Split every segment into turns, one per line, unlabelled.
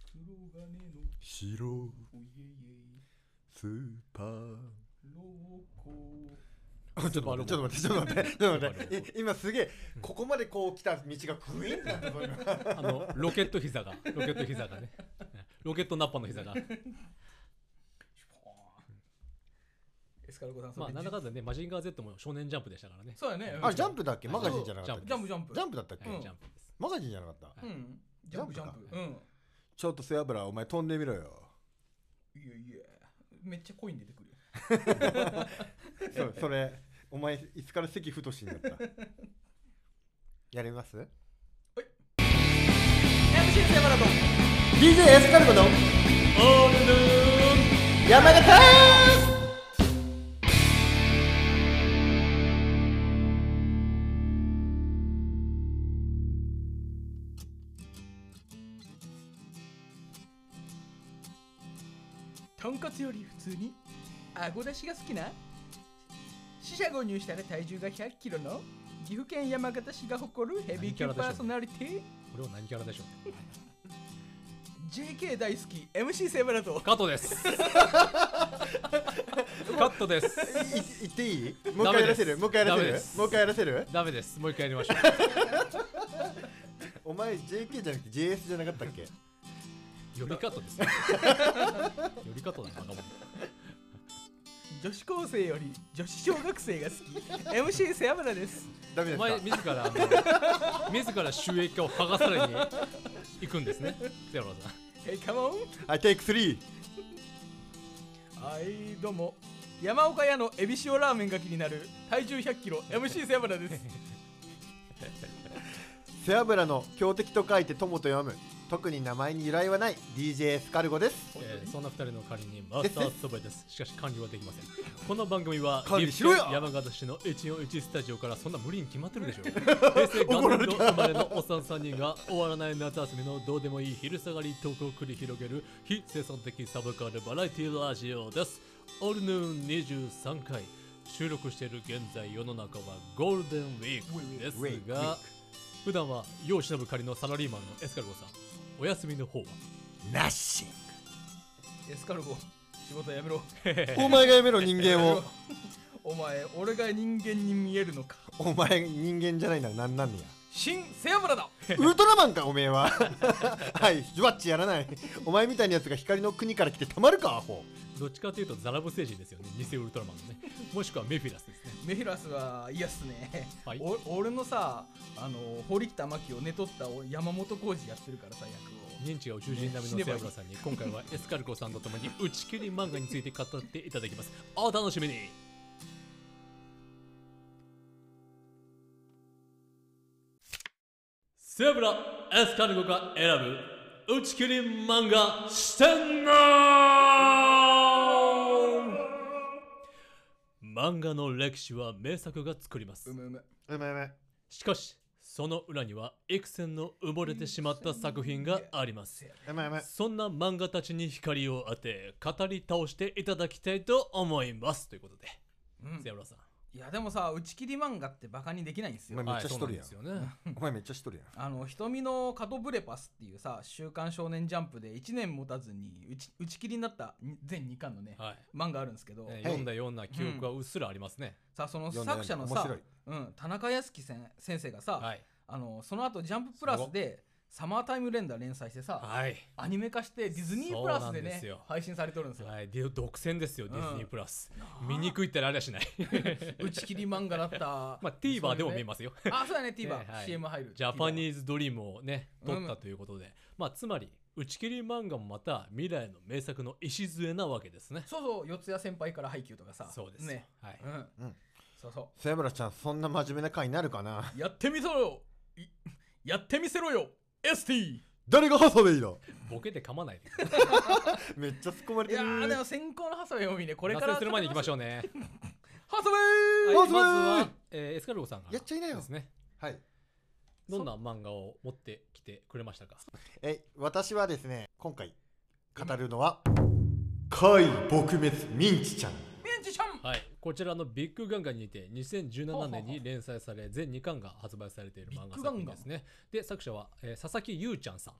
金の
白
おいえいえい
スーパー
ロコ
あ ちょっと待って、ちょっと待って、ちょっと待って、ちょっと待って、 い今すげえ、ここまでこう来た道がクイーンってなったぞ、今。
あのロケット膝がロケット膝がねロケットナッパの膝が
シュポーンエスカルゴダンス
まあなんだかんだねマジンガー Z も少年ジャンプでしたからね
そうやね
あ、ジャンプだっけマガジンじゃなかったっ
ジ
け
ャンプジャンプ
ジャンプだったっけ
はい
うん
ジャンプです
マガジンじゃなかった
うんジャンプジ
ジ
ャ
ャン
ン
プ
プうん
ちょっと背脂、お前飛んでみろ よ。
いやいやめっちゃコイン出てくるよ
そうそれ、お前、いつから関太しになった。 やります
MC セバラと
?DJ エスカルゴの山形
とんこつより普通にあご出しが好きな死者購入したら体重が1 0 0キロの岐阜県山形市が誇るヘビー級パーソナリティ
これは何キャラでしょう
JK 大好き MC セバラと
カットです カットです
い言っていいもう一回やらせるもう一回やら
ダメ
せ
で
る
す
もう一回やらせる
ダメですもう一回やりましょう
お前 JK じゃなくて JS じゃなかったっけ
呼びカットですね呼びカットだなバカボン
女子高生より女子小学生が好き MC セバラです
ダメ
お
です
前
か
自らあの自ら収益化を剥がされに行くんですねゼロさん
えいカモン
はい、テイク3
はいどうも山岡屋のエビ塩ラーメンが気になる体重1 0 0キロ MC セバラです
背脂の強敵と書いて友と読む特に名前に由来はない DJ スカルゴです
えーそんな二人の仮にマスターそばです。 しかし管理はできません。この番組は
管理しろよ
岐阜県山形市の141スタジオからそんな無理に決まってるでしょ う。平成元年度生まれのおっさん3人が終わらない夏休みのどうでもいい昼下がりトークを繰り広げる非生産的サブカルバラエティラジオです。オールヌーン23回収録している現在世の中はゴールデンウィークです
ウィークウィー
が
ク
普段は世を忍ぶ仮のサラリーマンのエスカルゴさんお休みの方は
ナッシン
エスカルゴ仕事やめろ
グ お前がやめろ人間
やめ
を
ろお前俺が人間に見えるのか
お前人間じゃないなら何なんねや
新背脂だ
ウルトラマンかおめえは はいジュワッチやらないお前みたいなやつが光の国から来てたまるかアホ
どっちかというとザラブ星人ですよね、偽ウルトラマンの ね。もしくはメフィラスですね。
メヒラスは嫌っすね、
はい
お俺のさあの堀北真希を寝取ったお山本浩二やってるからさ役を
認知が宇宙人並みのセアブラさんに、今回はエスカルコさんと共に打ち切り漫画について語っていただきます。お楽しみにセアブラ、エスカルゴが選ぶ打ち切り漫画四天 王漫画の歴史は名作が作ります
う。むうむ
うめうめ
しかしその裏には幾千の埋もれてしまった作品があります
うめうめ
そんな漫画たちに光を当て語り倒していただきたいと思いますということで
うん
ゼロさん
いやでもさ打ち切り漫画ってバカにできないんですよ
お前めっちゃしとる
はい
やん
そうなんですよね
お前めっちゃしとるやん
あの瞳のカトブレパスっていうさ「週刊少年ジャンプ」で1年も経たずに打ち打ち切りになったに全2巻のね、
はい
漫画あるんですけど、
ね読んだような記憶はうっすらありますね、
さその
読んだよ
作
ね
者のさ
面白い、
うん、田中康樹先先生がさ、
はい
あのその後ジャンププラスで「サマータイム連打」連載してさ
はい、
アニメ化してディズニープラスで
そうなんで
ね
すよ
配信されてるんですよ、
はい、で独占ですよ
ん
ディズニープラス、見にくいったらあれはしない
打ち切り漫画だった
まあ TVer でも見えますすよ
あそうだね TVerCM、
ねはい
CM 入る
ジャパニ
ー
ーズドリームをね、
うん
取ったということで、まあ、つまり、打ち切り漫画もまた未来の名作の礎なわけですね。
そうそう四谷先輩から配給とかさ
そうです。
ね、
はい。
うん、
うん
そうそう
背脂ちゃんそんな真面目な回になるかな
やってみせろよいやってみせろよ ST!
誰がハサウェイだ
ボケて噛まないで。
めっちゃ突っ込まれ
い
て
や
る
ーでも先行のハサウェイを見ねこれから
脱線する前に行きましょうね。
ハサウェ
は
イ、
ま
い、ま
ず
ず
は
は、えーエスカルゴさんが
やっちゃいなよ
ですね。
はい
どんな漫画を持ってきてくれましたか
え私はですね今回語るのは怪撲滅ミンチちゃん
ミンチちゃん
はい。こちらのビッグガンガンにて2017年
ははは
に連載され、全2巻が発売されている漫
ビッ
画
グガ
作
ンガン
品ですね。で、作者は、えー佐々木優ちゃんさん。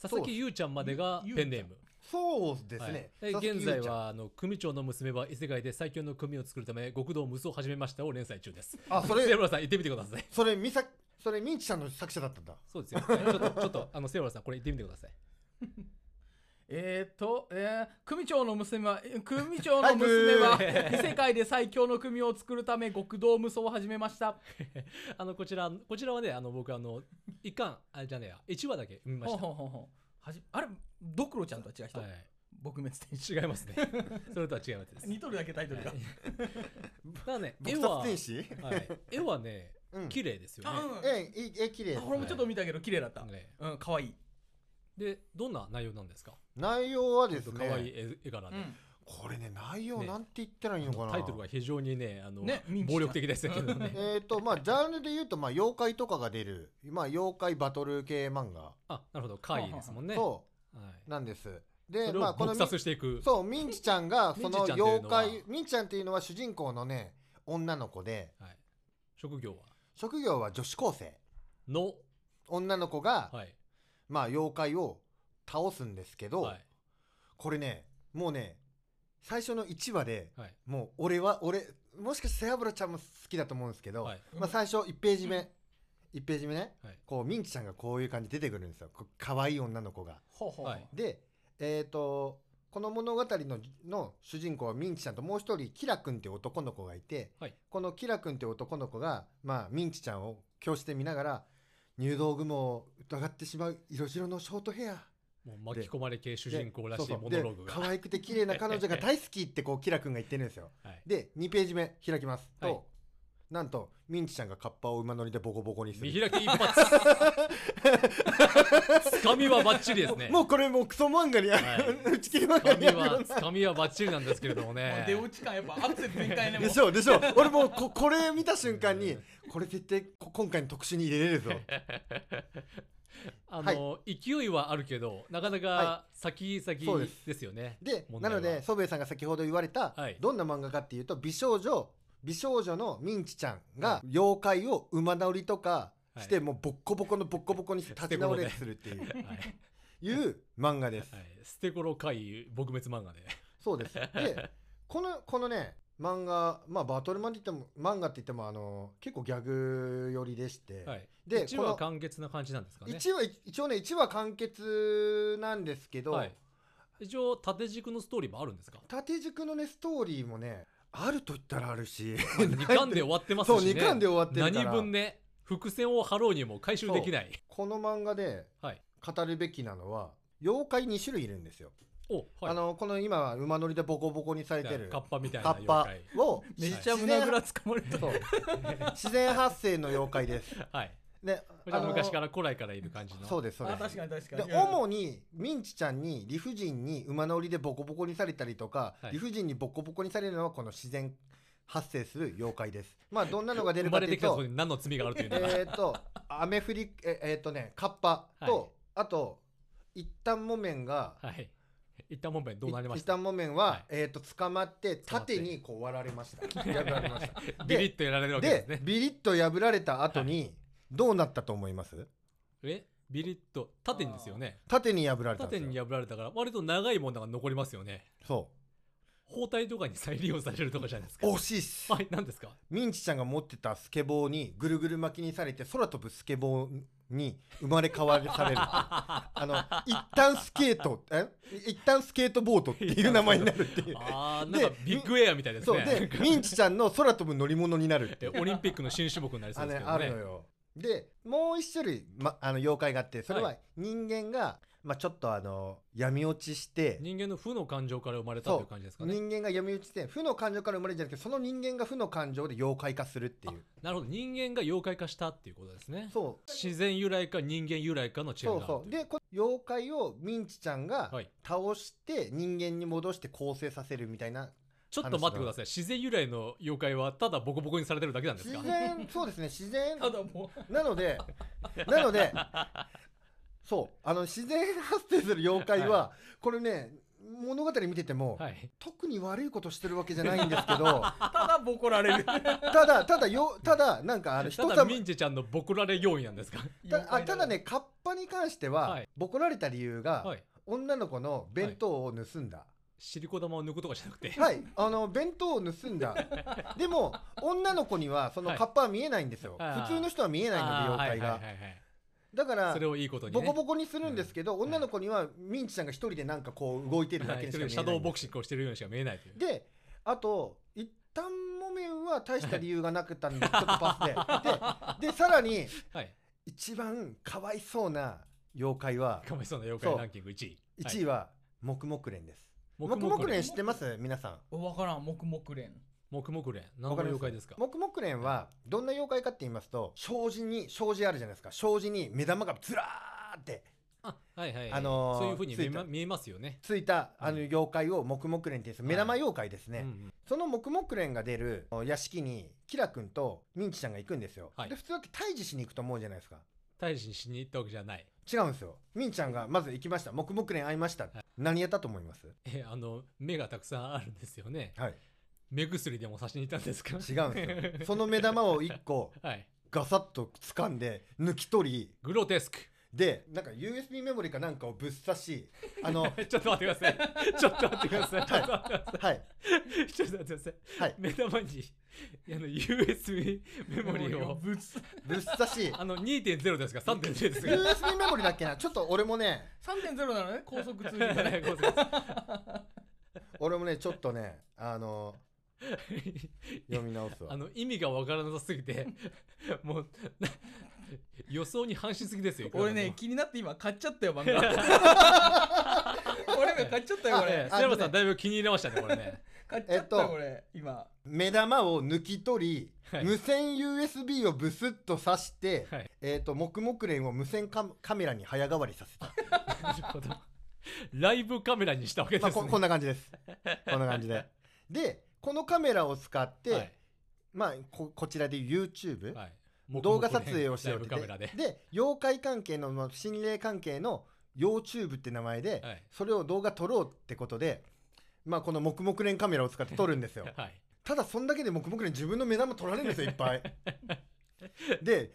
佐佐々木優ちゃんまでが
ゆゆうち
ペ
ゃん
ンネーム
そうですね。
はい
佐々
で
木
現
優
在
ちゃん。
はあの組長の娘は異世界で最強の組を作るため極道無双を始めましたを連載中です
あ、そ
セ
れ、
ブラさん行ってみてください
それ、みさ、それ、みんちさんの作者だったんだ。
そうですよちょっとちょっとあのセブラさんこれ行ってみてください
えー、っと、えー、組長の娘は、えー組長の娘は、異世界で最強の組を作るため、極道無双を始めました。
あのこちらこちらはねあの僕あの一巻あれじゃねえや一話だけ読みま
ほう
した
ほうほうほうはじあれ、ドクロちゃんとは違う人、
はい
撲滅天使。
違います ねそれとは違いますで す
似とるだけタイトル が。
ただね絵
僕
は
殺天使
はい、絵はね
うん。
綺麗ですよね
あ、うん
え、いいえ、綺麗で
あ
す
これもちょっと見たけど、綺麗だった。
ね
うん、可愛い
でどんな内容なんですか
内容は
ちょ
で
っ
す
と可愛い
ね。
絵絵柄で、
これね、内容
ね
なんて言ったらいいのかな。
タイトルが非常にねあの
ねミンチ
暴力的ですけどね
えっと、まあ、ジャンルで言うと、まあ、妖怪とかが出る、まあ、妖怪バトル系漫画
あなるほど怪異ですもんね
と、
はい、
なんです。
そ
で、
れを
まあ、この
撲
み、
殺していく
そう、ミンチちゃんが、その
ミンチちゃんっていう
妖
のは
怪、ミンチちゃんっていうのは主人公のね、女の子で、
はい、職業は
職業は女子高生。
の、
女の子が、
はい
まあ、妖怪を倒すんですけど、
はい
これね、もうね、最初の1話で、
はい
もう、俺は、俺、もしかして背脂ちゃんも好きだと思うんですけど、
はい
まあ、最初1ページ目、1ページ目ね、
はい
こう、ミンチちゃんがこういう感じで出てくるんですよ。こ可愛い女の子が。
ほうほうほう。
はい
で、えっ、と、この物語のの主人公はミンチちゃんともう一人、キラ君っていう男の子がいて、
はい
このキラ君っていう男の子が、まあ、ミンチちゃんを教室で見ながら、入道雲を疑ってしまう色白のショートヘア。
もう巻き込まれ系主人公らし
で
い
そうそ
モ
う
ノローグが
で可愛くて綺麗な彼女が大好きってこう、キラ君が言ってるんですよ。
はい、
で、2ページ目開きます。と、
はい
なんと、ミンチちゃんがカッパを馬乗りでボコボコにす
見
る。
開き一発つかみはバッチリですね
もうこれもうクソ漫画に、
はい
打ち切り漫
つ
画
か
に
み
あるような
はつかみはバッチリなんですけれどもね
出落ち感やっぱアクセル全開ね も
で
う
しょでしょ俺もうここれ見た瞬間に
うん
これ絶対こ今回の特集に入れれ るぞ
あの、勢いはあるけどなかなか
は
先
そう
々
です
ですよね
で
問
な
題は
ので祖父江さんが先ほど言われた、
はい
どんな漫画かっていうと美少女美少女のミンチちゃんが妖怪を馬乗りとかして、
は
もうボッコボコのボッコボコに立ち直れするっていう
はい、はい
いう漫画 です
捨て頃回撲滅漫画で
そうですでこのこのね漫画まあバトルマンって言っても漫画って言ってもあの結構ギャグ寄りでして、
はい
で
一
こ
話
の
完結な感じなんですかね
一話一応ね1話完結なんですけど、
はい、一応縦軸のストーリーもあるんですか
縦軸のねストーリーもねあると言ったらあるし
2巻で終わってますし、
そ
ね、
う2巻で終わってるから
何分ね伏線を張ろうにも回収できない
この漫画で
はい
語るべきなのは妖怪2種類いるんですよ、
おはい
あのこの今は馬乗りでボコボコにされてる
カッパみたい
カ
な
ッパ
妖
を
めっちゃ胸ぐらつかまれた
そう自然発生の妖怪です
怪はい
ね
こちら
あの
昔から古来からいる感じの
そうですそう
あ
です
確かに確かに
で主にミンチちゃんに理不尽に馬乗りでボコボコにされたりとか、
はい
理不尽にボコボコにされるのはこの自然発生する妖怪です。まあどんなのが出
生
るか
ま
と
れ
い
て
う
きたと
と
こ、に何の罪があるというのが、
えっ、と、雨降り、 ええーとね、カッパと、
はい
あと、一旦木綿が、
はい一旦本編どうなりま
い
し
一
た
旦木綿
は
は、
い
えっ、と、捕まって、
まって
縦にこう割られました。破られました。
ビリッとやられるわけで
です
ね、
ビリッと破られた後に、どうなったと思います
えビリッと縦にですよね
縦に破られたんで
縦
すよ。
に破られたから割と長いものが残りますよね
そ
包帯とかに再利用されるとかじゃないですか
う。惜しいっす。
はい何ですか
ミンチちゃんが持ってたスケボーにぐるぐる巻きにされて空飛ぶスケボーに生まれ変わされ るあの一旦スケートえ一旦スケートボードっていう名前になるっていう
あーなんかビッグエアみたいです
そう
ね
でミンチちゃんの空飛ぶ乗り物になるって
で
いう
オリンピックの新種目になりそ
あ,、
うで
ね
すけ、ど
あ
ね
るのよでもう一種類、ま、あの妖怪があってそれは人間が、まあ、ちょっとあの闇落ちして
人間の負の感情から生まれたという感じですかね
人間が闇落ちして負の感情から生まれるんじゃなくてその人間が負の感情で妖怪化するっていう
なるほど人間が妖怪化したっていうことですね
そう
自然由来か人間由来かの違い
そう
がある
そ
と
う
いう
でこ妖怪をミンチちゃんが
はい
倒して人間に戻して構成させるみたいな
ちょっと待ってください自然由来の妖怪はただボコボコにされてるだけなんです
自
か
然そうですね自然
ただもう
なのでなのでそうあの自然発生する妖怪はこれね物語見てても、
はい。
特に悪いことしてるわけじゃないんですけ ど
ただボコられる
ただただよただなんかあの
た
人
だ
様
ミンチちゃんのボコられ要因なんですか。
たあただねカッパに関しては、
はい
ボコられた理由が、
はい。
女の子の弁当を盗んだ。
シリコ玉を抜くとかじゃなくて。
はい、あの弁当を盗 んだ。でも女の子にはそのカッパは見えないんですよ。
はい
普通の人は見えないので
あー
妖怪が。
はいはいはいはい
だから
それをいいことにね。
ボコボコにするんですけど、女の子にはミンチさんが一人でなんかこう動いてるだ
は
け
い
に
そ
しか見
れを
え
シ
な
ャ
い。
ドーボクシングをしてるようにしか見えないという。
で、あと一旦もめんは大した理由がなかったんでちょっとパス で。で、でさらに
はい。
一番かわいそうな妖怪は
かわいそうな妖怪ランキング1位。
一位
位。
は黙々連です。
黙
黙
々
々連
連。
知ってます皆さん。
わからん黙々連
黙々連。何の妖怪ですか。
黙々連はどんな妖怪かって言いますと障子に障子あるじゃないですか障子に目玉がずらーって
あ、はいはいはい。
あのー
そういうふうに見えま
ついた
見えますよね。
ついた
うん
あの妖怪を黙々連って言うんですよ
はい
目玉妖怪ですね、
うんうん
その黙々連が出る屋敷にキラ君とミンチちゃんが行くんですよ、
はい
で普通だって退治しに行くと思うじゃないですか
大事にしに行ったわけじゃない。
違うんですよミンチちゃんがまず行きました黙々連会いました、何やったと思います
え、あの、目がたくさんあるんですよね。
はい
目薬でも差しに行ったんですか
違うんですよ その目玉を1個
はい。
ガサッと掴んで抜き取り
グロテスク。
でなんか USB メモリかなんかをぶっ刺しあ の
ちょっと待ってくださ い。ちょっと待ってください。ちょっと待ってくだ
は
さい
い
ちょっと待ってください。
はい
目玉にあの USB メモリを。
ぶつ
ぶっ刺し
あの2.0ですか ?3.0 で すか
USB メモリだっけなちょっと俺もね
3.0なの ね高速通信がね
は
俺もねちょっとねあの
い
読み直すわ
あの意味がわからなさすぎて、もうな予想に反しすぎですよ。
俺ね
い
気になって今買っちゃ ったよ漫画 俺今買っちゃったよ
く
こ
らでもね
れ
ああ
砂山さ
の
ん
ね
だいぶ気に入れましたね、これね。
買っちゃったよこれ今
目玉を抜き取り、
はい
無線 USB をブスッと刺して、
はい
えっ、と黙々連を無線カカメラに早変わりさせた、
なるほど。ライブカメラにしたわけ
ま
で
あ、
す
こ
ね。
こんな感じですこんな感じででこのカメラを使って、
はい
まあここちらで YouTube、
はい
動画撮影をしようっ
ライブ
て言
カメ
っ
ラ
て
で。
で妖怪関係のまあ心霊関係の YouTube って名前で、
はい
それを動画撮ろうってことで、まあ、この黙々連カメラを使って撮るんですよ
はい。
ただそんだけで黙々連自分の目玉撮られるんですよいっぱ いで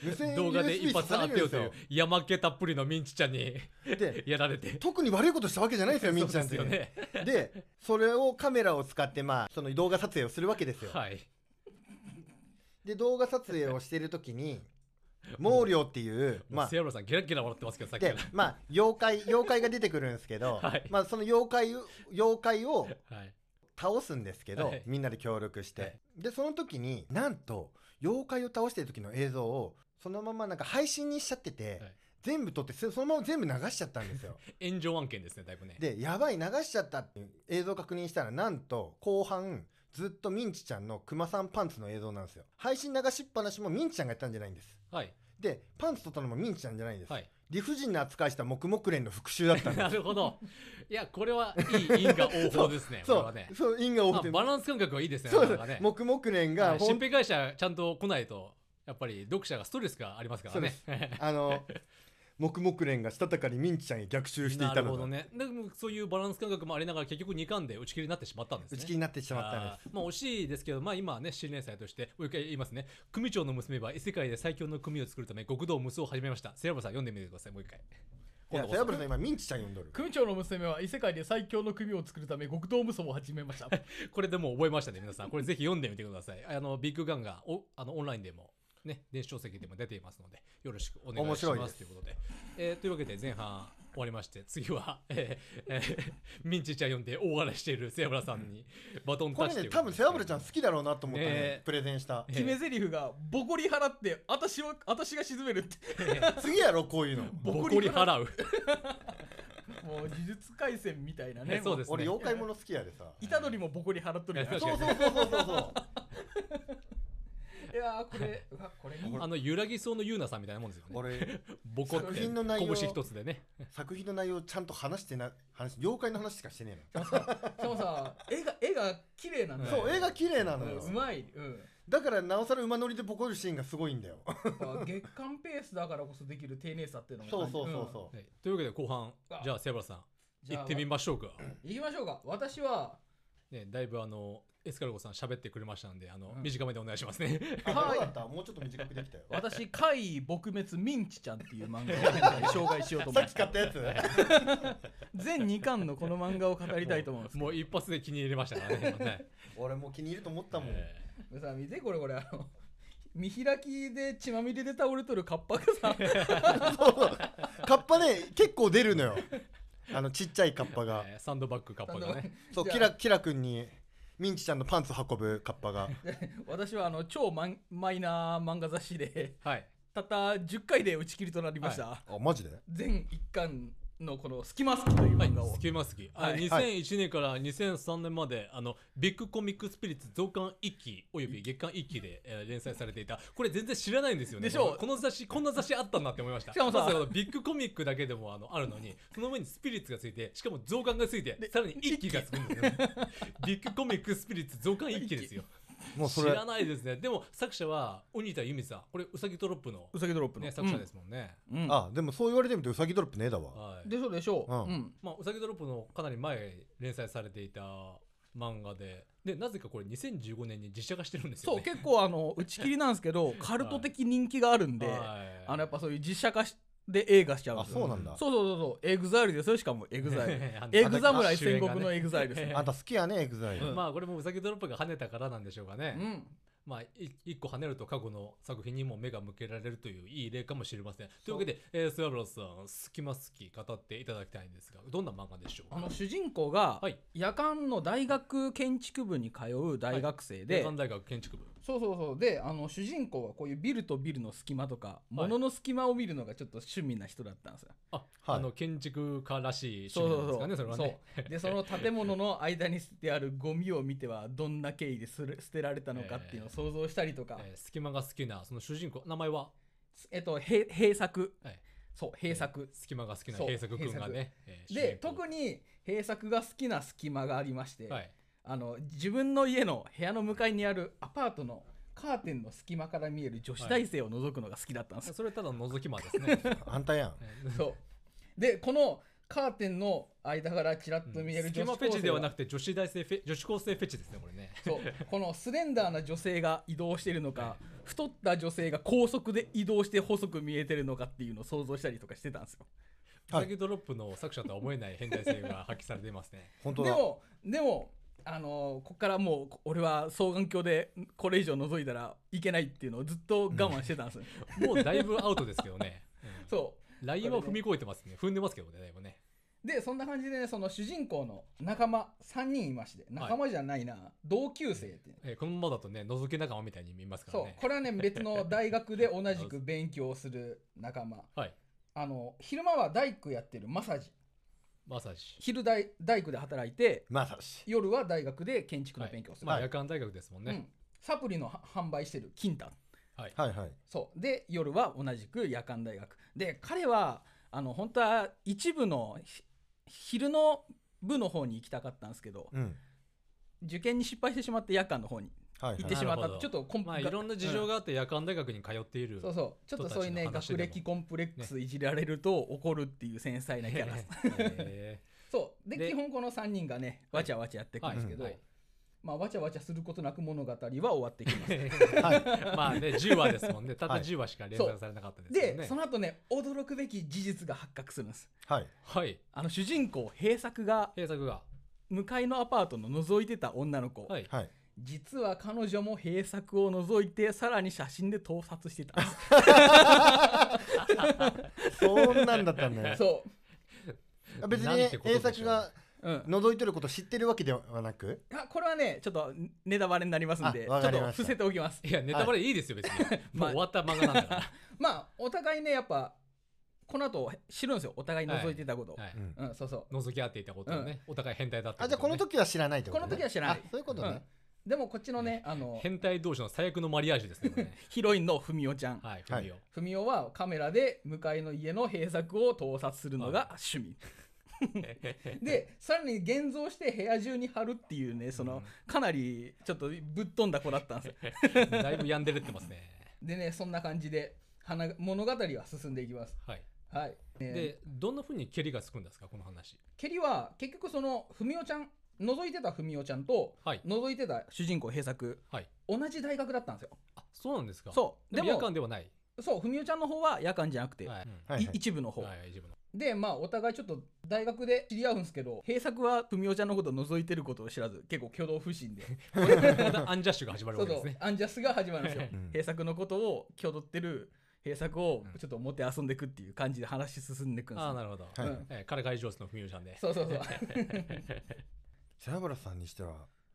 無線
動画で一
USB 刺
発
され
当て
る
よ
んです
うという
よ
山気たっぷりのミンチちゃん に
で
やられて。
特に悪いことしたわけじゃない ですよみんちゃんって
そうですよね。
でそれをカメラを使ってまあその動画撮影をするわけですよ、
はい。
で動画撮影をしている時に毛量っていう
ま
ま
あ、
あ
セアロさん、ゲラゲラ笑ってますけど、さっきか
でまあ妖怪妖怪が出てくるんですけど、
はい
まあその妖怪妖怪を
ら。はい。
倒すんですけど、
はい
みんなで協力して、
はい
でその時になんと妖怪を倒してる時の映像をそのままなんか配信にしちゃってて、
はい
全部撮ってそそのまま全部流しちゃったんですよ
炎上案件ですね、だいぶね。
でやばい流しちゃったっていう映像確認したらなんと後半ずっとミンチちゃんのクマさんパンツの映像なんですよ配信流しっぱなしもミンチちゃんがやったんじゃないんです
はい。
でパンツ取ったのもミンチちゃんじゃないんです、
はい。
理不尽な扱いした黙々連の復讐だったんです
なるほど。いや、これはいい因果応報ですね、こ
そ
れは
う
ね、。
そう、因果応
まあ
報で
バランス感覚がいいですね、
そう
な
そ
かな
う
かね。
黙々連
は
が、
い
ほ
しっ
ん
ぺ会社ちゃんと来ないと、やっぱり読者がストレスがありますからね。
あの、黙々連がしたたかにミンチちゃんに逆襲してい
な
た
る
の
ほど
が、
ね。でもそういうバランス感覚もありながら、結局2巻で打ち切りになってしまったんです
打
ね。
ち切りになってしまったん
あーまあ惜しいですけど、まあ今はね、新連載として、もう一回言いますね。組長の娘は異世界で最強の組を作るため、極道無双を始めました。セラブさん読んでみてください、もう一回。
です。いや、セラブルさん今ミンチちゃん呼んどる。
組長の娘は異世界で最強の組を作るため極道無双を始めま した
これでもう覚えましたね、皆さん。これぜひ読んでみてください。あの、ビッグガンがおあのオンラインでも、ね、電子書籍でも出ていますので、よろしくお願いし
面白い
ま。
ですす
ということで。えーというわけで前半終わりまして、次は、えーえーミンチちゃん読んで大笑いしているセブラさんにバトンタ
こ
ッ
れ
チとい
ね、
う
多
こと
分
で
セラブル ちゃん好きだろうなと思った
ねえ
ね、プレゼンした。
決め台詞がボコリ払って私は私が沈めるって
次やろ、こ ういうの。
ボコリ払う。
もう呪術廻戦みたいな
ね
ね
そうですね。
俺、妖怪もの好きやでさ。
虎杖もボコリ払っとるやん
いや
い
確
そうそうそうそうそう。
やーこれうわこれいい
あの、揺らぎそうのユーナさんみたいなもんですよね。
俺、
ボコって、
作品の内容
拳一つでね。
作品の内容ちゃんと話してな、話、妖怪の話しかしてねえ
でもさ絵が絵が綺麗なん
は
だ
の。
い
よ
そう、絵が綺麗な
う
の
ん
よ
う。まい、うん、
だから、なおさら馬乗りでボコるシーンがすごいんだよ。
まあ月間ペースだからこそできる丁寧さっていうのも
そうそうそう
う
そ
はいというわけで後半、じゃあセブラさん、
じゃ
行
あ
ってみましょうか。
行きましょうか私は
ね、だいぶあの、エスカルゴさん喋ってくれましたんで、あの、
うん
短めでお願いしますね。
あ
はい
どうだったもうちょっと短くできたよ
私「怪異撲滅ミンチちゃん」っていう漫画を今回紹介しようと思いま
さっき
す
買ったや つ
全2巻のこの漫画を語りたいと思うんです
もう一発で気に入れましたからね。 今ね
俺もう気に入ると思ったもん、
え
けどさ見てこれこれあの見開きで血まみれで倒れとるカッパが さ
カッパね結構出るのよあのちっちゃいカッパ
ー
が
えーサンドバッグカッパがね。
そう
じゃあ
キラキラ君にミンチちゃんのパンツ運ぶカッパが
私はあの超マンマイナー漫画雑誌で
はい。
たった10回で打ち切りとなりました、
あマジで
全1巻のこの「スキマスキ」という
はい
漫画を、、
スキマスキ。あ
はい
2001年から2003年まで、あの、ビッグコミックスピリッツ増刊1期、および月刊1期で、えー連載されていた。これ全然知らないんですよね。
でしょう
この雑誌、こんな雑誌あったんだって思いました。
しかもさ
まずこのビッグコミックだけでもあのあるのに、その上にスピリッツがついて、しかも増刊がついて、さらに1期がつくんですよね。ビッグコミックスピリッツ増刊1期ですよ。
もうそ
知
れ
らないですね。でも作者は、鬼田由美さん。これ、うさぎドロップの、
うさぎドロップの、
ね、作者ですもんね。
うん、うん
あでもそう言われてみてウサギドロップねえだわ
はい。
でしょうでしょう、
うん
うん
まあ、うさぎドロップのかなり前に連載されていた漫画で、で、なぜかこれ2015年に実写化してるんです
そ
よ
う
ね。
結構あの打ち切りなんですけどカルト的人気があるんで、
はい
あの やっぱそういう実写化しで映画しちゃうん
あ
ですよ
そうなんだ
そうそうそうそうエグザイルですよしかもエグザ イル
あの
エグザムライ
主演
戦
がね
国のエグザイルですね
あんた好きやねエグザイル
まあ、これもうさぎドロップが跳ねたからなんでしょうかね。
うん
まあ、い一個跳ねると過去の作品にも目が向けられるといういい例かもしれません。というわけで、えー、スワローさん、好きますき語っていただきたいんですが、どんな漫画でしょうか
あの主人公が
はい。
夜間の大学建築部に通う大学生で、
で、関大学建築部。
そうそうそうであの主人公はこういうビルとビルの隙間とか物の隙間を見るのがちょっと趣味な人だったんですよ。
あ、あの、建築家らしい趣
そう
味
そ
なん
う
です
そ
か
う
ね、それはね。
そうでその建物の間に捨ててあるゴミを見てはどんな経緯ですれ捨てられたのかっていうのを想像したりとか、え
えー隙間が好きな、その主人公、名前は
っとへ閉鎖
はい
そう閉鎖、
隙間が好きな
そう
平作くんがね。えー
で
主人公
特に閉鎖が好きな隙間がありまして、
はい。
あの自分の家の部屋の向かいにあるアパートのカーテンの隙間から見える女子大生を覗くのが好きだったんですよ
それただの覗き魔です ね。
あんたやん
え
そう。で、このカーテンの間からちらっと見える
ー隙
女
間
子
フ
高
ェチ
生
で
は
はなくて女子大生フェ女子高生フェチですね、これね。
そうこのスレンダーな女性が移動してるの
は
か太った女性が高速で移動して細く見えてるのかっていうのを想像したりとかしてたんですよ
は
はいドロップの作者とは思えない変態性が発揮されていますね。
本当
で
だ
もでもあのこっからもうこ俺は双眼鏡でこれ以上覗いたらいけないっていうのをずっと我慢してたんですよ、
もうだいぶアウトですけ どね。
そ
うんラインは踏み越えてますね。踏んでますけどね、だいぶね。
うでそんな感じでねその主人公の仲間3人いまして仲間じゃないな、同級生っていう
えーこのままだとね、覗き仲間みたいに見えますから
そう
ね。
これはね別の大学で同じく勉強をする仲間
はい。
あの昼間は大工やってるマサジ
まさし。
昼大大工で働いて
まさし
夜は大学で建築
は
の
い
勉強をする、
まあ、
はい
夜間大学ですもん
うん
ね。、
サプリのは販売してる金太
はい。
はいはい
そうで夜は同じく夜間大学で彼はあの本当は一部のひ昼の部の方に行きたかったんですけど
うん
受験に失敗してしまって夜間の方に
はいはい
行ってしまった
なるほど
ちょっとコンプ
まあ、いろんな事情があって夜間大学に通っている。
そうそうちょっとそういうね
人たちの話で
学
も
歴コンプレックスいじられると怒るっていう繊細なキャラです
え
そうで
で
基本この3人がねわちゃわちゃや っていくんですけど、
はいはい
まあわちゃわちゃすることなく物語は終わっていきます
ー まあね、10話ですもんね。たった
はい
10話しか連載されなかったですよ
で、
ね。
その後ね驚くべき事実が発覚するんです
はい
はい。
あの主人公平作が
平作が。
向かいのアパートの覗いてた女の子、
はい。
はい
実は彼女も平作を覗いてさらに写真で盗撮してたんです
そんなんだったんだよ
そ
別に
なん
ね
てことでしょう
A 作が
う、うん、
覗いてること知ってるわけではなく
あこれはねちょっとネタバレになりますんでちょ
あわ
っ
か
と
りました
伏せておきます
いや、ネタバレいいですよ、別に。もう終わった漫画なんだから。
まあお互いねやっぱこの後知るんですよお互い覗いてたこと、
はい
うん
うんそうそう
覗き合っていたことをね、お互い変態だった
あじゃあこの
とね
時は知らないってことね
この時は知らない
あそういうことね
でもこっちのね、あの、
変態同士の最悪のマリアージュですね。これね
ヒロインのふみおちゃん。
はい、
はい
文を。
ふみおはカメラで向かいの家の閉鎖を盗撮するのが趣味。で、さらに現像して部屋中に貼るっていうね、その、かなりちょっとぶっ飛んだ子だったんですよ。
だいぶ病んでるってますね。
でね、そんな感じで、花物語は進んでいきます。
はい。
はい。えー
でどんなふうに蹴りがつくんですかこの話
蹴りは結局その文雄ちゃん覗いてた文雄ちゃんと
はい
覗いてた主人公平作
はい
同じ大学だったんですよ
あそうなんですか
そう
で
で
も夜
も
間ではない
そう文雄ちゃんの方は夜間じゃなくて、
はい
はいいはい
一部の方、
はい自分の
でまあお互いちょっと大学で知り合うんですけど平作は文雄ちゃんのことを覗いてることを知らず結構挙動不審で
またアンジャッシュが始まる
そう
わけ
そ
です
う
ね
アンジャスが始まるんですよ
うん
平作のことを挙動ってる平作を
うん
ちょっと持って遊んでくっていう感じで話進んでいくんです
ああ
よ、
なるほど、
はい
うん
えーからかい上手のふみおちゃんで
そうそう そう
白原さんにしては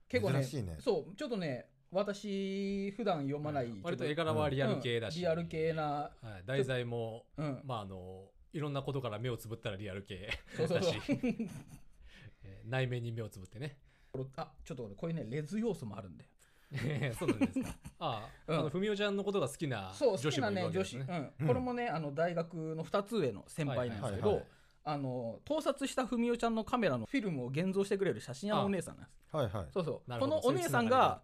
結構ね
珍しいね
そうちょっとね私普段読まない、
割と
ちょっ
絵柄はリアル系だし、
うんリアル系な、
はい、題材も
うん、
まああのいろんなことから目をつぶったらリアル系
そうそうそう
だしえー内面に目をつぶっ てね
あ ちょっと俺こういうねレズ要素もあるんで
そうなんですか ああ、
うん
あのふみおちゃんのことが好きな
そう
女
好
子
き
も
ない
る
ね
わけ
女
です
子、
ね
うん、これもねあの大学の2つ上の先輩なんですけ
はいはいはいは
ど
い
あの盗撮した文雄ちゃんのカメラのフィルムを現像してくれる写真屋のお姉さんなんです
はいはい
そうそう
なる
こ
ほど
のお姉さんが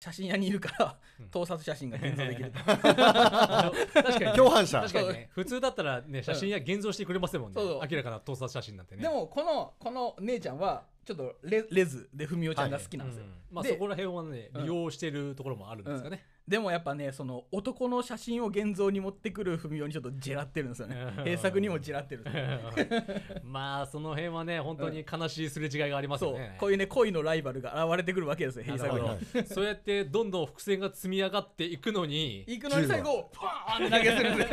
写真屋にいるから
うん
盗撮写真が現像できる
確かに
共犯者
確かにね普通だったらね写真や現像してくれませんもんね、
そうそう
明らかな盗撮写真なんてね
でもこのこの姉ちゃんはちょっとレレズで文雄ちゃんが好きなんですよ、
うんまあ
で
そこら辺はね
うん
利用してるところもあるんですかね、
でもやっぱねその男の写真を現像に持ってくる文雄にちょっとジェラってるんですよね
うん
平作にもジェラってるんですよ
まあその辺はね本当に悲しいすれ違いがありますよ
そう
ね、
こういうね恋のライバルが現れてくるわけですよ平
なる
作
ほ
に
ど
はい
そうやってどんどん伏線が積み上がっていくのに
行くのに最後 パーンって投げするんで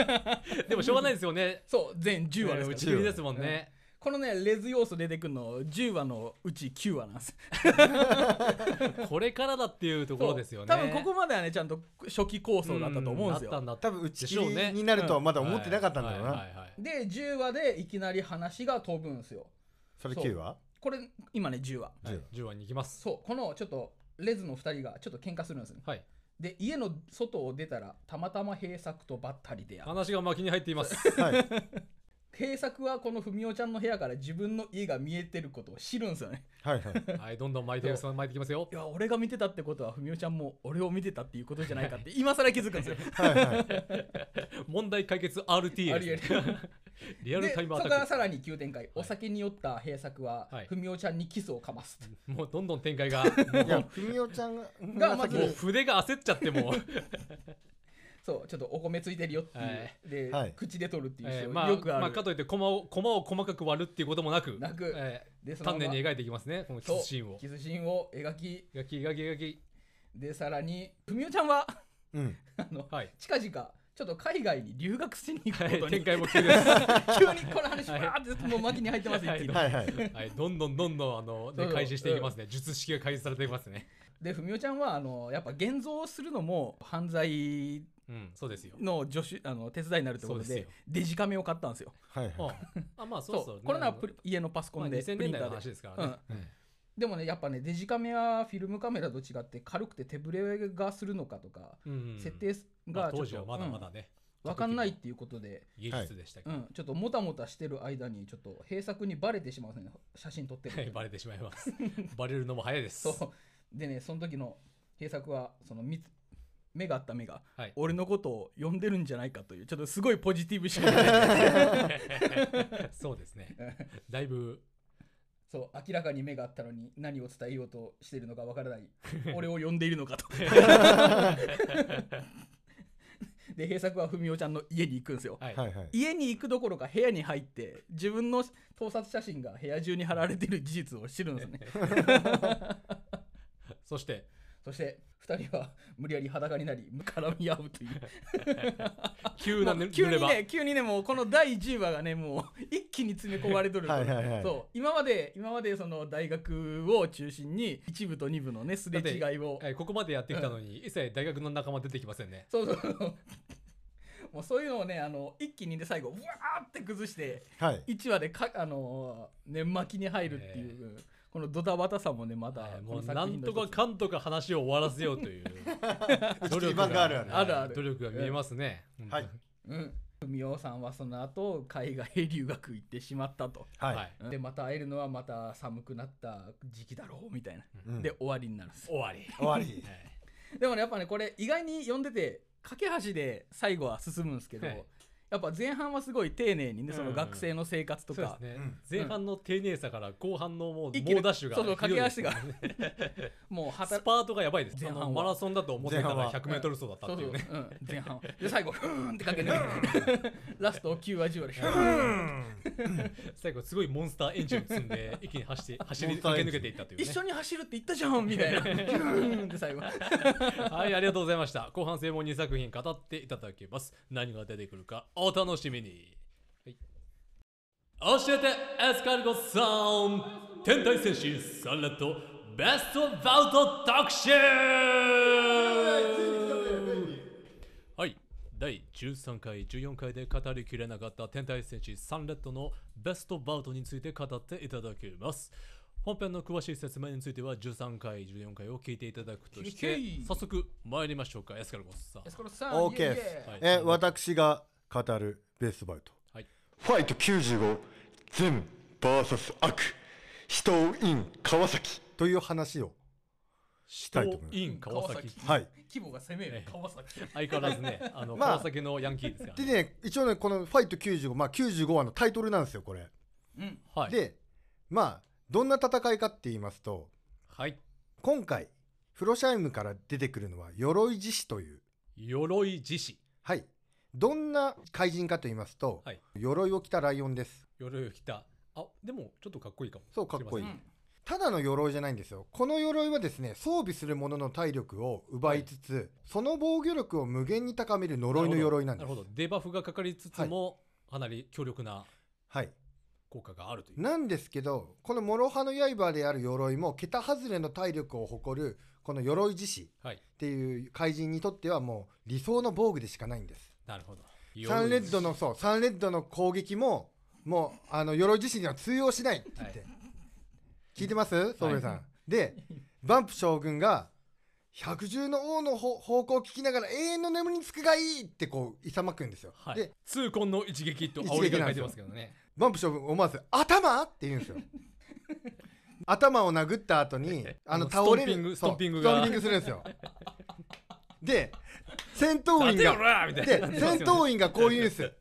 すよ
でもしょうがないですよね
そう全10話
え
で
ー
す
打
か
ち
ら
切りですもんね、
このねレズ要素出てくるの10話のうち9話なんです
これからだっていうところですよね
そう多分ここまではねちゃんと初期構想だったと思うんです
あった
よ
んだった
多分打ち切
でしょうね
りになるとはまだ思ってなかったんだろう
はいは
ない
はい
で10話でいきなり話が飛ぶんですよ
それ9話
これ今ね10話
はい10話に行きます
そうこのちょっとレズの2人がちょっと喧嘩するんですね
はい
で家の外を出たらたまたま平作とばったり出会う
話が巻きに入っています
はい
平作はこの文雄ちゃんの部屋から自分の家が見えてることを知るんですよね
はいはい
はいどんどん巻いてます巻いてきますよ
いや俺が見てたってことは文雄ちゃんも俺を見てたっていうことじゃないかって今更気づくんですよ
はいはい
問題解決 RTA
ありえ
ですね リアル
で
タイ
そこ
ムアタ
から
ッ
さらに急展開、お酒に酔った平作は
はい
文雄ちゃんにキスをかます、
クもうどんどん展 開が
いや、ふみおちゃん
が
が
まず
先
もう
に、
筆が焦っちゃってもう、
そうちょっとお米ついてるよっていう、
はい
で、
はい
口で取るっていう、
えーまあ
よくある、
まあ、かといって駒を駒を細かく割るっていうこともなく
なく
え
で
ー
その
丹
まま
念に描いていきますねこのキ
そう
スシーンを
キスシーンを描き
描き描き描き
でさらに文雄ちゃんは
うん、
あの
はい、
近々ちょっと海外に留学しに行く
はい、
ことに、
展開も急 です、は
急にこの話わーってもう巻きに入ってますよ、
はい
一気に
はいはい。
い、どんどんどんどんあ
そ
の、
う
ね、
そう
開示していきますね術式が開示されていきますね
で文雄ちゃんはあのやっぱ現像するのも犯罪
うんそうですよ
の助手あの手伝いになるってこと
そうで
です
よ
デジカメを買ったんですよ
はいはい。
ああまあそうそう、ね、
これ
あ
は
の
プリ家のパソコ
まあ
ンで、
2000
プリ
年
ンタ
代の
ー
話
で
ですからね、
うん
え
でもねやっぱねデジカメはフィルムカメラと違って軽くて手ぶれがするのかとか、
えうん
設定
まあ
がちょ
当
っ
時は
と
まだまだね、
分かんないっていうことで、
技術でしたけ
う
ど、
ん、ちょっともたもたしてる間にちょっと閉作にバレてしまうんですね写真撮って
はい
る
バレてしまいますバレるのも早いです
そうでねその時の閉作はそのみつ目があった目が
はい
俺のことを呼んでるんじゃないかというちょっとすごいポジティブシーンで
そうで すねだいぶ
そう明らかに目があったのに何を伝えようとしてるのかわからない 俺を呼んでいるのかとで閉作は文雄ちゃんの家に行くんですよ
はい、
はいはい。
家に行くどころか部屋に入って自分の盗撮写真が部屋中に貼られてる事実を知るんです ね
そして
そして2人は無理やり裸になり絡み合うという
急な
も
ぬ
う急
濡れ
に
場、
ね急にねもうこの第10話がねもう一気に詰め込まれとる
はいはいはい
そう今まで今までその大学を中心に1部と2部のねすれ違いを
えーここまでやってきたのに、一切大学の仲間出てきませんね
そうそうそうもうそういうのをねあの一気にね最後うわーって崩して
はい。
1話でかあのーね巻きに入るっていう、このドタバタさもねまた
はい
こ
も
の
う
作
な
品
ん
の
と
一つ
かかんとか話を終わらせようという努力
番があるある
あるある
努力が見えますね、うん
はい。
うん文雄さんはその後海外へ留学行ってしまったと、
はい。
はい
でまた会えるのはまた寒くなった時期だろうみたいな、
うん
で終わりになるんです
終わり
終わり。
でもねやっぱねこれ意外に読んでて架け橋で最後は進むんですけど、
はい
やっぱ前半はすごい丁寧にね、その
うん
学生の生活と
そうで
か
すね、
うん
前半の丁寧さから後半のもう
一気に
猛ダッシュが
そうそう
ひどいです
駆けもう
ス
働
パートがやばいです
前半は
あのマラソンだと思ってた
前半
ら
は
100m 走だった
そう
っ
そ、
ていううね
うん、前半はで最後ふーんってかけてラスト9話10話でふーん
最後すごいモンスターエンジン積んで一気に走って走り
モンスターエ
駆
ンジ
け
ン
抜けていったというね
一緒に走るって言ったじゃんみたいなふーんって最後
はい、ありがとうございました。後半戦も2作品語っていただけます。何が出てくるかお楽しみに。教えてエスカルゴさん天体戦士サラとベストバウト特集はい第13回14回で語りきれなかった天体戦士サンレッドのベストバウトについて語っていただきます本編の詳しい説明については13回14回を聞いていただくとして
聞け
早速参りましょうかエスカルゴさん
エスコロさん
オー
イエ
ケー
イイ
です
エイ
え私が語るベースバウト
はい
ファイト95善 VS 悪死闘 in 川崎
という話をしたいと思います
イン川崎
はい
規模が攻める川崎
相変わらず ねあの、
まあ
川崎のヤンキーですから
でね一応ねこの「ファイト95」まあ95話のタイトルなんですよこれ、
うん
はい、
でまあどんな戦いかって言いますと
はい、
今回フロシャイムから出てくるのは鎧獅子という
鎧獅子
はいどんな怪人かと言いますと、
はい
鎧を着たライオンです
鎧を着たあでもちょっとかっこいいかも
そうかっこいい
すま
うん
ただの鎧じゃないんですよこの鎧はですね装備する者の体力を奪いつつ、その防御力を無限に高める
せん
呪いの鎧なんで
な
す
るほどデバフがかかりつつも、かなり強力な
はい
効果があるという
なんですけどこの諸刃の刃である鎧も桁外れの体力を誇るこの鎧獅子
はい
っていう怪人にとってはもう理想の防具でしかないんです
なるほど
サンレッド
の
のそうサンレッドの攻撃ももうあの鎧自身には通用しないって言って、
は
聞いてます宗部さん、でバンプ将軍が百獣の王の方方向を聞きながら永遠の眠りにつくがいいってこういさまくんですよ、
はい
で
痛恨の一撃と
一撃
煽りが書いてますけどね
バンプ将軍思わず「頭!」って言うんです よ頭を殴った後にあの
あの
倒れ
ストンピング
る
ス
そう
トンピングが
ストンピングするんです よで戦闘
立
員
てよ
が
らみた
で
いな
戦闘員がこう言うんです よ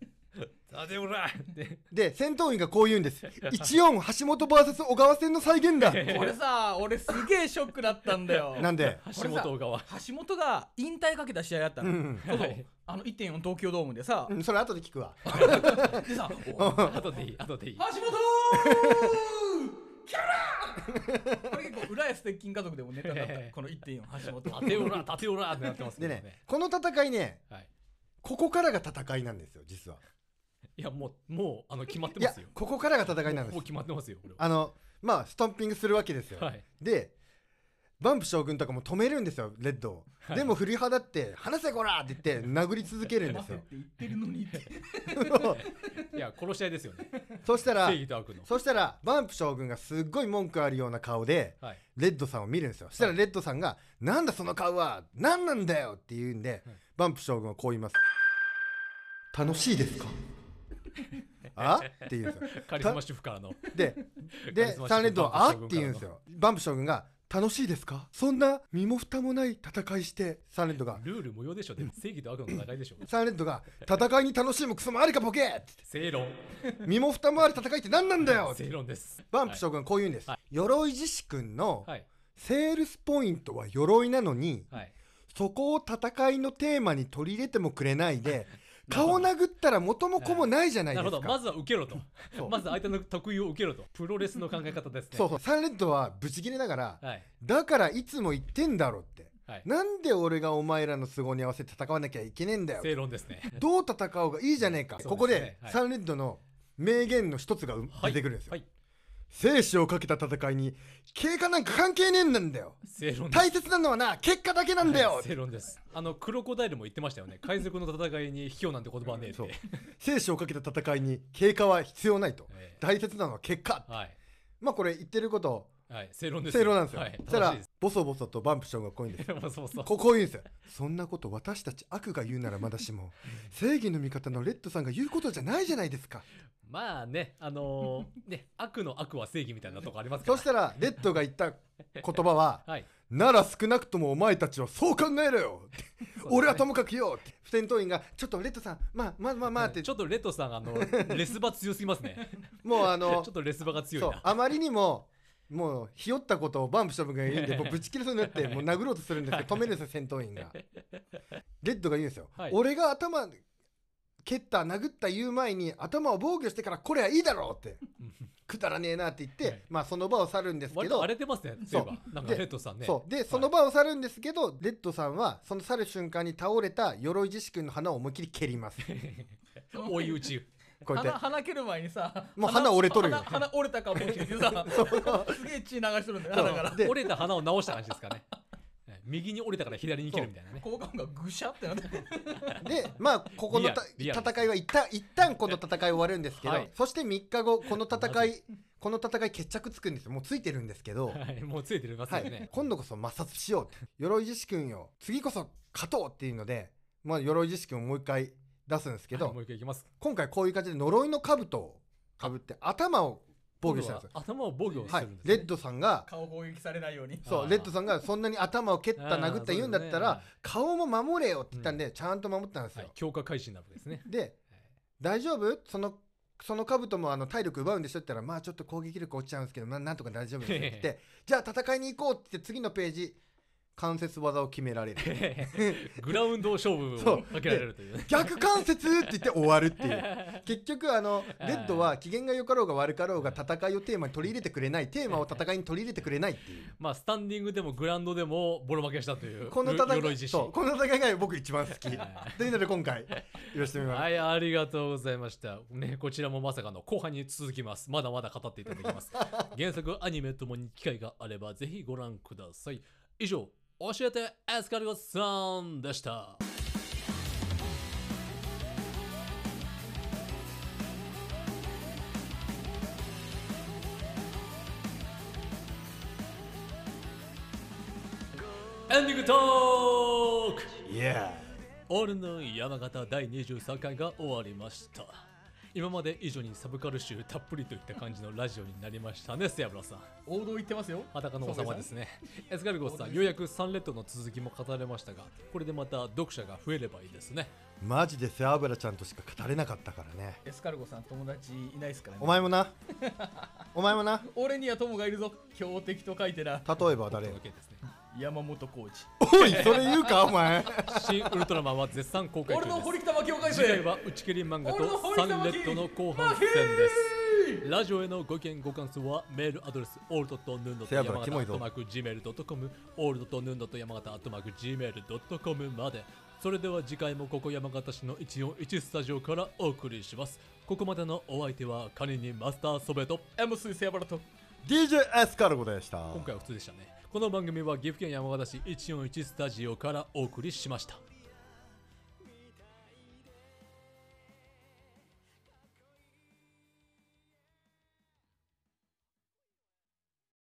立てよらって
で、戦闘員がこう言うんです。14橋本 VS 小川戦の再現 だ
これさ俺すげえショックだったんだよ
なん で、
橋 本川
橋本が引退かけた試合だった
う
の、
ん、
そうそう
はい
あの1.4東京ドームでさ、
うん、それ後で聞くわ。
でさ「おい
後でいい後でいい
橋本キャラ!」これ結構浦安鉄筋家族でもネタになったこの1.4橋本
立てよら立てよらってなってますけ
で
ど
ね、この戦いね、
はい
ここからが戦いなんですよ、実は。
いやもうもうあの決まって
い
ま
や
すよ、
ここからが戦いなんで
も
す。
う決まってますよこれは
あの、まあ、ストンピングするわけですよ。
はい
で、バンプ将軍とかも止めるんですよ、レッドを。
はい
でも、振り払って、話せこらって言って、殴り続けるんで
待
す
て って。
よ
言ってるのにって
いや殺し合いですよね
そうしたら
正、義と悪の
そしたら、バンプ将軍がすっごい文句あるような顔で、
はい
レッドさんを見るんですよ。そしたらレッドさんが、なんだその顔は何なんだよって言うんで、
はい
バンプ将軍はこう言います。楽しい ですかあって言うんですよ。
カリスマ主婦 からの
で、
カリ
で
スマ主婦、
サンレッドは、
バ
あ
ン
っ
プ将軍からの
て言うんですよ。バンプ将軍が、楽しいですかそんな身も蓋もない戦いして、サンレッドが、
ルール無用でしょでも正義と悪の戦いでしょ
サンレッドが、戦いに楽しいもクソもあるかボケって
正論
身も蓋もある戦いって何なんだよって
正論です
バンプ将軍はこう言うんです。
は
鎧獅子くんの
はい
セールスポイントは鎧なのに、
はい
そこを戦いのテーマに取り入れてもくれないで、顔殴ったら元も子もないじゃない
な
で
るほ
す
ど
か。
まずは受けろと
そう
まず相手の得意を受けろとプロレスの考え方ですね
そうそう、サンレッドはブチ切れながら、
はい
だからいつも言ってんだろって。
はい
なんで俺がお前らの都合に合わせて戦わなきゃいけねえんだよ。
正論です ね
どう戦おうがいいじゃねえか。
そうですね
ここで、
はい
サンレッドの名言の一つがう
は
出
い
てくるんですよ。
はい
生死をかけた戦いに、経過なんか関係ねえんなんだよ。
正論です
大切なのはな、結果だけなんだよ
はい。正論ですあのクロコダイルも言ってましたよね海賊の戦いに卑怯なんて言葉はねえって
そう生死をかけた戦いに経過は必要ないと。
ええ
大切なのは結果。
はい
まあこれ言ってること、
はい正論です
正論なんですよ。
はい
そした
正し
ら
いです、。
ボソボソとバンプションがこういうんです
まあそうそう
ここう言うんですよ。そんなこと私たち悪が言うならまだし も、正義の味方のレッドさんが言うことじゃないじゃないですか。
まあねあの ーね悪の悪は正義みたいなとこあります
そ
から
したら、レッドが言った言葉は、
はい
なら少なくともお前たちはそう考えろよって俺はともかくよって不戦闘員がちょっとレッドさんまあまあまあまあって
ちょっとレトさ んあのレスバ強すぎますね
もうあ
ちょ
の
っとレスバが強
そ
いうな
あまりにももうひよったことをバンプした分がいいんでもうぶち切れそうになってもう殴ろうとするんですけど止めるんですよ戦闘員がレッドが言うんですよ、
はい
俺が頭蹴った殴った言う前に頭を防御してからこれはいいだろう ってくだらねえなって言って、
はい
まあその場を去るんですけ
割と
ど
荒れてますね
そ
そうういえばなんか
で
レトさんね
そうでその場を去るんですけど、レッドさんはその去る瞬間に倒れた鎧獅子君の花を思いっきり蹴ります
追い打ち
こうやって
鼻鼻蹴る前にさ
もう鼻折れとるよ
鼻鼻折れたかもしれないけど さすげえ血流しとるんだよ鼻から
で
折れた鼻を直した感じで すかねね右に折れたから左に切るみたいなね
効果音がぐしゃってなって
でまあここのた
リアル
戦いは一旦一旦この戦い終わるんですけど、
はい
そして3日後この戦
マ
いこの戦い決着つくんですよもうついてるんですけ ど、
はいもうついてます
は
よ
い
ね、
今度こそ抹殺しようって鎧獅子君よ次こそ勝とうっていうので、まあ、鎧獅子君をもう一回出すんですけど、
はいもう一回いきます
今回こういう感じで呪いの兜をかぶって頭を防御したんですよ
今。度は頭を防御す
はい
るんです、ね
レッドさんが
顔攻撃されないように
そ
あ
う
ー
レッドさんがそんなに頭を蹴った
あー
殴った言うんだったら、
そうですね
顔も守れよって言ったんで、ちゃんと守ったんです
は
よ。
い、強化改心なわけですね。
で大丈夫そのその兜もあの体力奪うんでしょって言ったら、まあちょっと攻撃力落ちちゃうんですけど、まあ、なんとか大丈夫ですよ って言って、じゃあ戦いに行こうって言って、次のページ、関節技を決めら れる。
グラウンド勝負
そう
をかけられるというね。
逆関節って言って終わるって いう。結局、あの、レッドは機嫌が良かろうが悪かろうが戦いをテーマに取り入れてくれない、テーマを戦いに取り入れてくれないっていう。
まあ、スタンディングでもグラウンドでもボロ負けしたという。
この
よ
戦
鎧
い、
自
そう、この戦いが僕一番好 き。というので今回、言わせてみます。
はい、ありがとうございました。ね、こちらもまさかの後半に続きます。まだまだ語っていただきます。原作、アニメともに機会があればぜひご覧ください。以上、教えてエスカルゴさんでした。エンディングトーク
いや
俺の山形第23回が終わりました今まで以上にサブカル集たっぷりといった感じのラジオになりましたねセアブラさん
王道行ってますよ
裸の王様ですねエスカルゴさんようやくサンレッドの続きも語れましたがこれでまた読者が増えればいいですね
マジで背脂ちゃんとしか語れなかったからね。
エスカルゴさん友達いないですからね
お前も な。お前もな。
俺には友がいるぞ強敵と書いてな
例えば誰
というわけですね
山本浩二
おい、それ言うか、お前。
新ウルトラマンは絶賛公開中
俺
です
の堀北真希を返
次回
せ
は打ち切り漫画
俺の
と
堀
サ
田
ン
真希
レッドの後半戦ですラジオへのご意見ご感想はメールアドレスオールドとヌンドと
せやぶら
山
キ
形
モ
ア
い
ッ
ぞ
トマーク Gmail.com オールドとヌンドと山形アットマーク Gmail.com までそれでは次回もここ山形市の141スタジオからお送りしますここまでのお相手はカニにマスターソベト
M3 セアバラと
DJ エスカルゴでした。
今回は普通でしたねこの番組は岐阜県山形市141スタジオからお送りしました